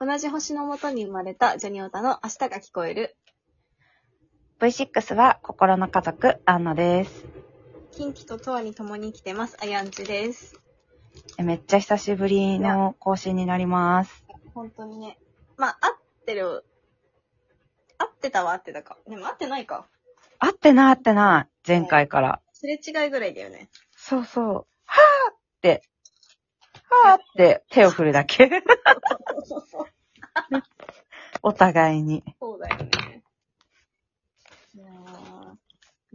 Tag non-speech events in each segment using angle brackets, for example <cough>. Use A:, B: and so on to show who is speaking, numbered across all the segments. A: 同じ星のもとに生まれたジョニオタの明日が聞こえる。
B: V6 は心の家族、アンナです。
A: 近畿と永遠に共に生きてます。あやんちです。
B: えめっちゃ久しぶりの更新になります。
A: 本当にね。まあ、合ってる。合ってたは合ってたか。でも合ってないか。
B: 会ってない会ってない。前回から。
A: すれ違いぐらいだよね。
B: そうそう。はぁって。はぁって手を振るだ <laughs> け。お互いに。
A: そうだよね。いやー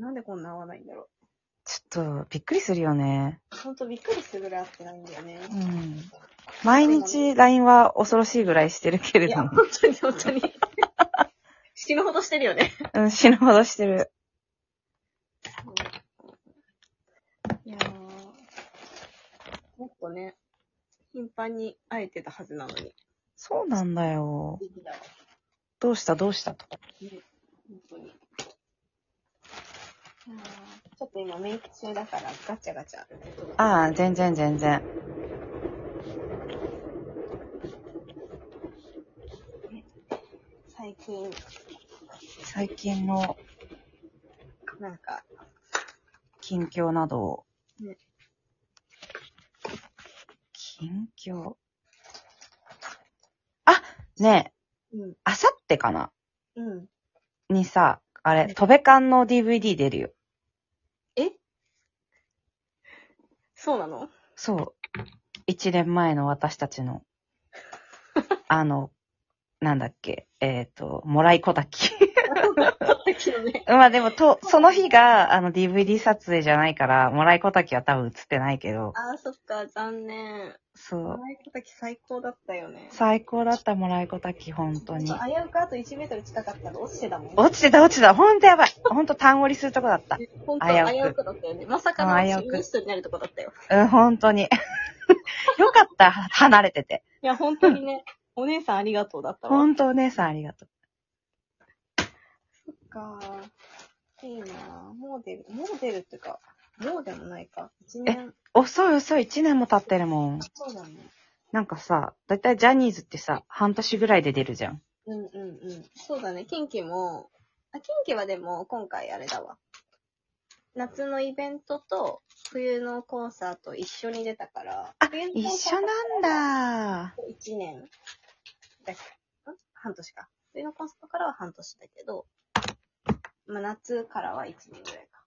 A: なんでこんな合わないんだろ
B: ちょっとびっくりするよね。
A: う。ほんとびっくりするぐらい合ってないんだよね。
B: うん。毎日 LINE は恐ろしいぐらいしてるけれ
A: い
B: ど
A: や、
B: も。
A: 本当に本当に。 <laughs> 死ぬほどしてるよね。
B: うん、死ぬほどしてる。
A: いやーもっとね、頻繁に会えてたはずなのに。
B: そうなんだよ。
A: 不思議だわ
B: どうしたどうしたと。
A: ね本当に。いやーちょっと今メイク中だからガチャガチャ。
B: ああ、全然全然。
A: 最近、
B: 最近の
A: なんか、
B: 近況などを
A: ね。
B: 近況。あねえ、
A: うん、
B: あさってかな
A: うん。
B: にさ、あれ
A: ね、
B: トベカンの DVD 出るよ。
A: そうなの
B: そう。一年前の私たちの、
A: <laughs>
B: あの、なんだっけ、えっ、と、もらいこだき。
A: ね。
B: <laughs> まあでも、と、その日が、あの、DVD 撮影じゃないから、もらいこだきは多分映ってないけど、
A: あー、そっか、残念。
B: そう。
A: 前の時最高だったよね。
B: 最高だったもらいこだき、本当に
A: ちょっ。と危うくあと1メートル近かったら落ちてたもん。
B: 落ちてた落ちてた。ほんとやばい。ほんと単折りするとこだった。
A: 本当
B: 危うく
A: 危うくだったよね。まさかの
B: うん危うく
A: ミストになるとこだったよ。
B: うん、ほんとに。 <laughs> よかった。離れてて。
A: いや、本当にね、お姉さんありがとうだったわ。
B: ほ
A: ん
B: んとお姉さんありがとう。
A: か。いいなぁ。もう出る、もう出るってか、もうでもないか。一
B: 年
A: 年。
B: 遅い遅い。一年も経ってるもん。
A: そうだね。
B: なんかさ、だいたいジャニーズってさ、半年ぐらいで出るじゃん。
A: うんうんうん。そうだね。近畿も、あ、近畿はでも今回あれだわ。夏のイベントと冬のコンサート一緒に出たから。あ、
B: 一緒なんだ。
A: 1年だけ、ん半年か。冬のコンサートからは半年だけど、まあ、夏からは1年ぐらいか。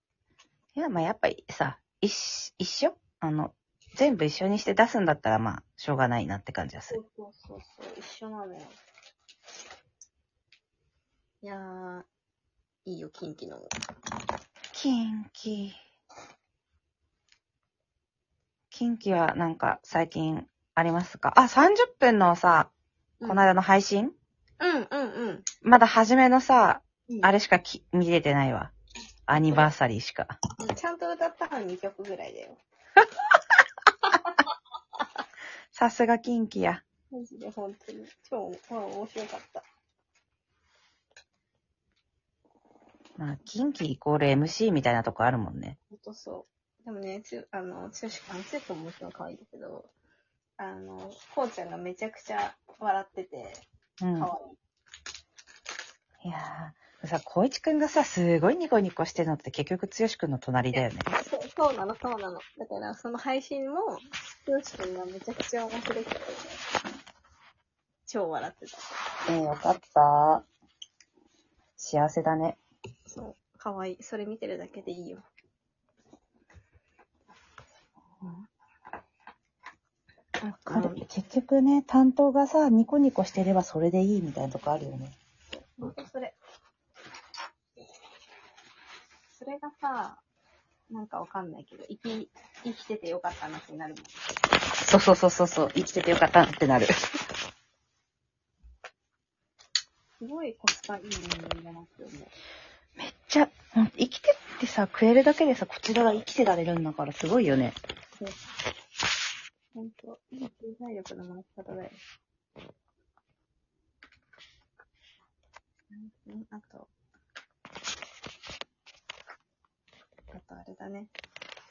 B: いや、まあやっぱりさ、一、一緒あの、全部一緒にして出すんだったら、まあ、しょうがないなって感じがする。
A: うそうそうそう、一緒なのよ。いやー、いいよ、近畿のも。
B: キンキ。キンキはなんか最近ありますかあ、30分のさ、この間の配信、
A: うんうんうん。
B: まだ初めのさ、
A: うん
B: あれしかき見れてないわ。アニバーサリーしか。
A: ちゃんと歌ったの2曲ぐらいだよ。
B: さすがキンキや。
A: マジで、本当に。超、超面白かった。
B: まあ、キンキイコール MC みたいなとこあるもんね。
A: ほんとそう。でもね、つあの、つよしくん、つよくんももちろん可愛いんだけど、あの、こうちゃんがめちゃくちゃ笑ってて、
B: うん。い
A: 可愛い。
B: やー。さ、光一くんがさ、すごいニコニコしてるのって結局、剛くんの隣だよね。
A: そうそうなの、そうなの。だから、その配信も、ひろしくんがめちゃくちゃ面白くて、超笑ってた。
B: えー、よかった。幸せだね。
A: そう、かわいい。それ見てるだけでいいよ。
B: わかる。結局ね、担当がさ、ニコニコしてればそれでいいみたいなとこあるよね。
A: ほんとそれ。それがさ、なんかわかんないけど、生き、生きててよかったなってなるもん。
B: そうそうそうそうそう、生きててよかったってなる。
A: すごいコスパいい人間だなって思う。
B: めっちゃ、ほんと生きてってさ、食えるだけでさ、こちらが生きてられるんだからすごいよね。
A: ほんと、いい経済力の回し方だよ。うんうん、あと、あとあれだね。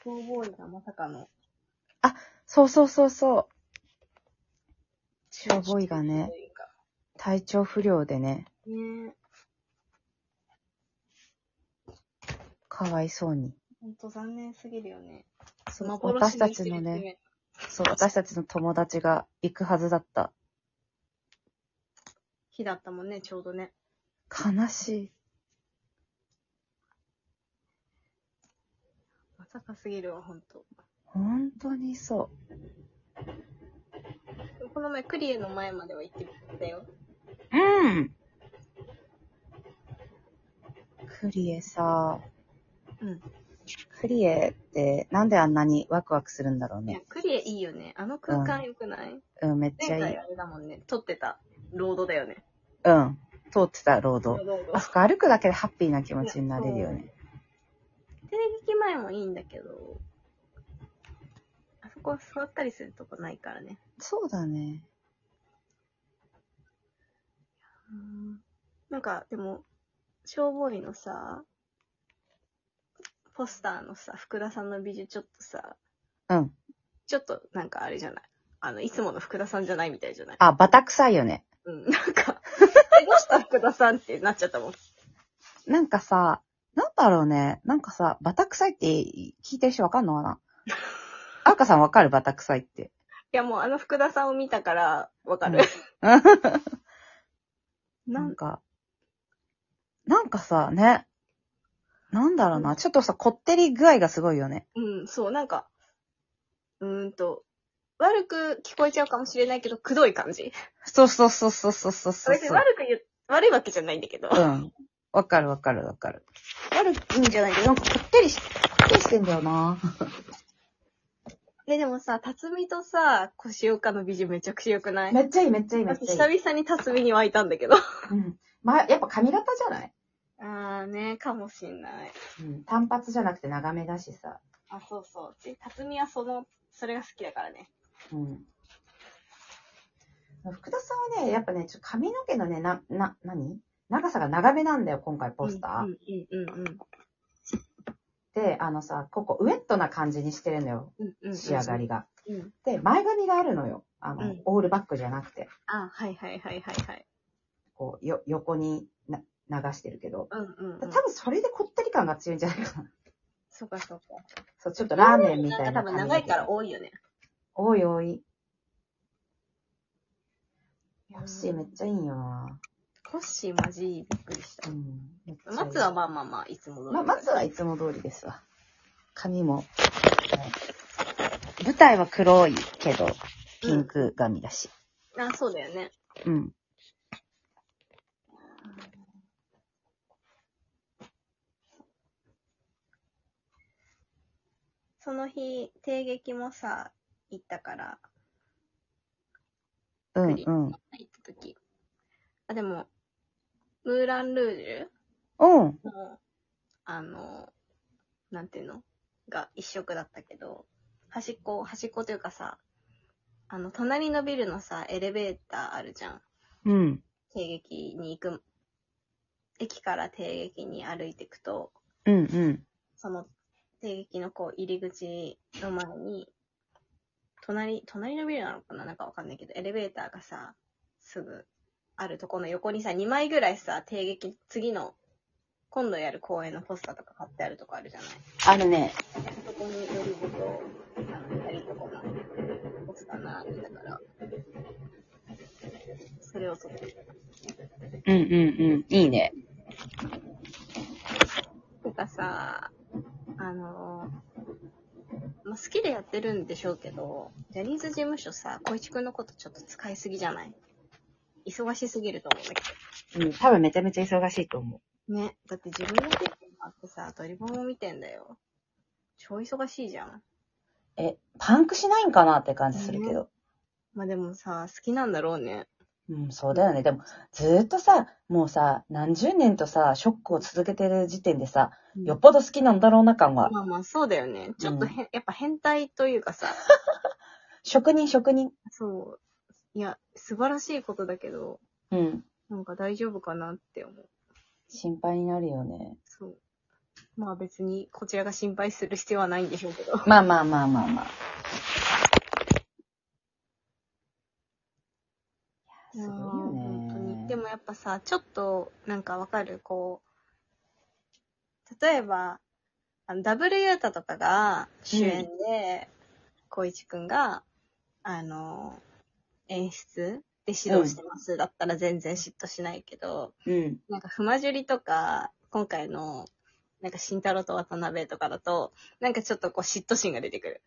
A: ボーボーイがまさかの、
B: そうそうそうそう。
A: 中
B: ボーイがね
A: というか
B: 体調不良でね、
A: ねえ。
B: かわいそうに。
A: ほんと残念すぎるよね。
B: そう
A: 幻
B: 私たちのね、。そう、私たちの友達が行くはずだった。
A: 日だったもんね、ちょうどね。
B: 悲しい。
A: まさかすぎるわ、ほんと。
B: 本当にそ
A: この前、クリエの前までは行ってたよ。
B: う。うん。クリエさ、
A: うん。
B: クリエってなんであんなにワクワクするんだろう
A: いや
B: ね。、
A: クリエいいよね。あの空間良くない、
B: うん、めっち
A: 前
B: ゃい
A: 回
B: い。
A: あれだもんね。撮ってた。ロードだよね。
B: うん。通ってた、ロー
A: ロ
B: ド。
A: ード
B: あ。そこ歩くだけでハッピーな気持ちになれるよね。
A: テレビ機前もいいんだけど、あそこ座ったりするとこないからね。
B: そうだね。
A: なんか、でも、消防医のさ、ポスターのさ、福田さんの美術ちょっとさ、
B: うん。
A: ちょっとなんかあれじゃないあの、いつもの福田さんじゃないみたいじゃない
B: あ、バタ臭いよね。
A: うん、なんか、 <laughs> え、どうした福田さんってなっちゃったもん。
B: なんかさ、なんだろうね。なんかさ、バタ臭いって聞いてる人わかんのかな赤さんわかるバタ臭いって。
A: いやもうあの福田さんを見たからわかる。な
B: なんんか、なんかさ、ね。なんだろうな。ちょっとさ、こってり具合がすごいよね。
A: うん、そう、なんか、うーんと、悪く聞こえちゃうかもしれないけど、くどい感じ。
B: そうそうそうそうそうそうそう
A: 別に悪く言う、悪いわけじゃないんだけど。
B: うん。わかるわかるわかる。悪いんじゃないけど、なんかこってりし、こってりしてんだよな。
A: で、でもさ、辰巳とさ、腰岡の美人めちゃくちゃ良くない
B: っちゃいいめっちゃいい
A: 私久々に辰巳に湧いたんだけ <laughs> ど。あ
B: うん。まあ、やっぱ髪型じゃない
A: ーね、かもしんない。
B: うん。単発じゃなくて長めだしさ。
A: あ、そうそう。で、辰巳はその、それが好きだからね。
B: うん。福田さんはね、やっぱね、ちょっと髪の毛のね、な、な、何長さが長めなんだよ、今回ポスター。
A: うんうんうんうん
B: で、あのさ、ここウェットな感じにしてるのよ、
A: うんうんうん。
B: 仕上がりが。
A: うん。
B: で、前髪があるのよ。あの、
A: うん
B: オールバックじゃなくて、
A: あ、はいはいはいはいはい。
B: こう、よ、横にな流してるけど。
A: うんうん、う
B: 多
A: ん。
B: 分それでこってり感が強いんじゃないかな。
A: そうかそうか。
B: そう、ちょっとラーメンみた
A: な
B: いなん
A: か多
B: 感
A: 分
B: じ。
A: 長いから多いよね。
B: 多い多い。コッシーめっちゃいいんよな。
A: コッシーマジびっくりした
B: う。ん。めっちゃいい
A: 松はまあまあまあ、いつも通り。
B: ま、まずはいつも通りですわ。髪も。舞台は黒いけど、ピンク髪だし。
A: あ、そうだよね。
B: うん。
A: その日、定劇もさ、行ったから、
B: うん、
A: クリ
B: うん。
A: 行った時。あ、でも、ムーランルージ
B: うん。
A: ュの、あの、なんていうのが一色だったけど、端っこ、端っこというかさ、あの、隣のビルのさ、エレベーターあるじゃん。
B: うん。
A: 定劇に行く、駅から定劇に歩いていくと、
B: うん、うん。
A: その、定劇のこう、入り口の前に、隣、隣のビルなのかななんかわかんないけど、エレベーターがさ、すぐあるとこの横にさ、2枚ぐらいさ、定劇、次の、今度やる公演のポスターとか貼ってあるとこあるじゃない
B: あのね、
A: そこに寄りると、あの、二人とこのポスター並んでたから、それを撮って
B: うん、うん、うん。いいね。
A: てかさ、あの、まあ、好きでやってるんでしょうけど、ジャニーズ事務所さ、小一くんのことちょっと使いすぎじゃない忙しすぎると思うんだけ
B: うん、多分めちゃめちゃ忙しいと思
A: ど。ね。だって自分のテレビもあってさ、ドリボンも見てんだよ。超忙しいじゃん。
B: う。え、パンクしないんかなって感じするけど。
A: まあ、でもさ、好きなんだろうね。
B: うん、そうだよね。でも、ずーっとさ、もうさ、何十年とさ、ショックを続けてる時点でさ、よっぽど好きなんだろうな感は、
A: まあまあ、そうだよね。ちょっとへん、やっぱ変態というかさ、
B: 職人、職人。
A: そう。いや、素晴らしいことだけど、
B: うん。
A: なんか大丈夫かなって思う。
B: 心配になるよね。
A: そう。まあ別に、こちらが心配する必要はないんでしょうけ
B: <laughs>
A: ど。
B: まあまあまあまあまあ。すごいよね。
A: 本当に。でもやっぱさ、ちょっと、なんかわかる、こう、例えば、あのダブルユータとかが主演で、光一くんが、あの、演出で指導してます、だったら全然嫉妬しないけど、
B: うん。
A: なんか、ふまじゅりとか、今回の、なんか、慎太郎と渡辺とかだと、なんかちょっとこう、嫉妬心が出てくる。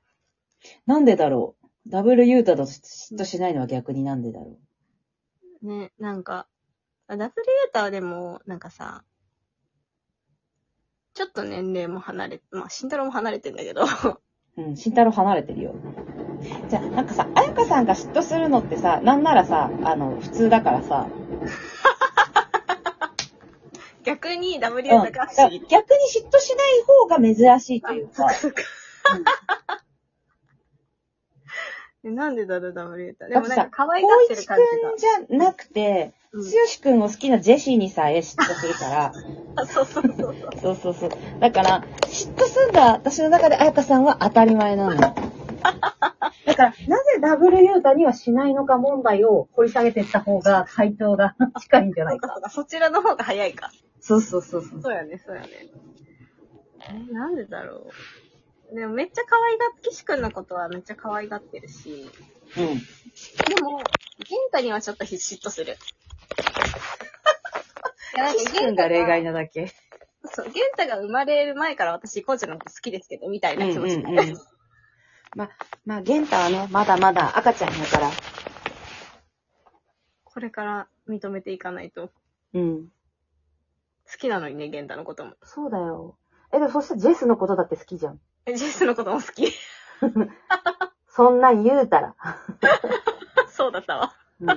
B: なんでだろうダブルユータと嫉妬しないのは逆になんでだろう
A: ね、なんか、あダブルユータはでも、なんかさ、ちょっと年齢も離れ、まあ、慎太郎も離れてんだけど、 <laughs>
B: うん、慎太郎離れてるよ。じゃあ、なんかさ、彩香さんが嫉妬するのってさ、なんならさ、あの、普通だからさ、
A: 逆にダブ
B: う
A: ル
B: ん、
A: ユー
B: だ
A: タ
B: か
A: が
B: ら
A: 不思
B: 逆
A: 議
B: に嫉妬しない方が珍しいというか、
A: えなんでだろう、ダブルユータ。で
B: だっ
A: も
B: て
A: な
B: さ
A: んか、可愛がって
B: 光
A: る
B: 一く
A: 感じが
B: ん。じゃなくて、
A: うん
B: 剛くんを好きなジェシーにさえ嫉妬するから、
A: あそうそうそうそう。
B: そうそうそう。だから、嫉妬すんだ私の中で彩香さんは当たり前なの。 <laughs> だから、なぜダブルユータにはしないのか問題を掘り下げていった方が回答が近いんじゃないか。
A: そうかそちらの方が早いか。
B: そうそうそうそう。
A: そうやね、そうやね。え、なんでだろう。でもめっちゃ可愛がっ、岸くんのことはめっちゃ可愛がってるし、
B: うん。
A: でも、玄太にはちょっと嫉妬する。いやなんか
B: <laughs> 岸くんが例外なだけ。
A: そう、玄太が生まれる前から私、コーチのこと好きですけど、みたいな気持ち。
B: んうん。ま、まあ、玄太はね、まだまだ赤ちゃんだから。
A: これから認めていかないと。
B: うん。
A: 好きなのにね、玄太のことも。
B: そうだよ。え、でもそしてジェスのことだって好きじゃん。
A: えジェスのことも好き。 <laughs>
B: そんなん言うたら。
A: そうだったわ。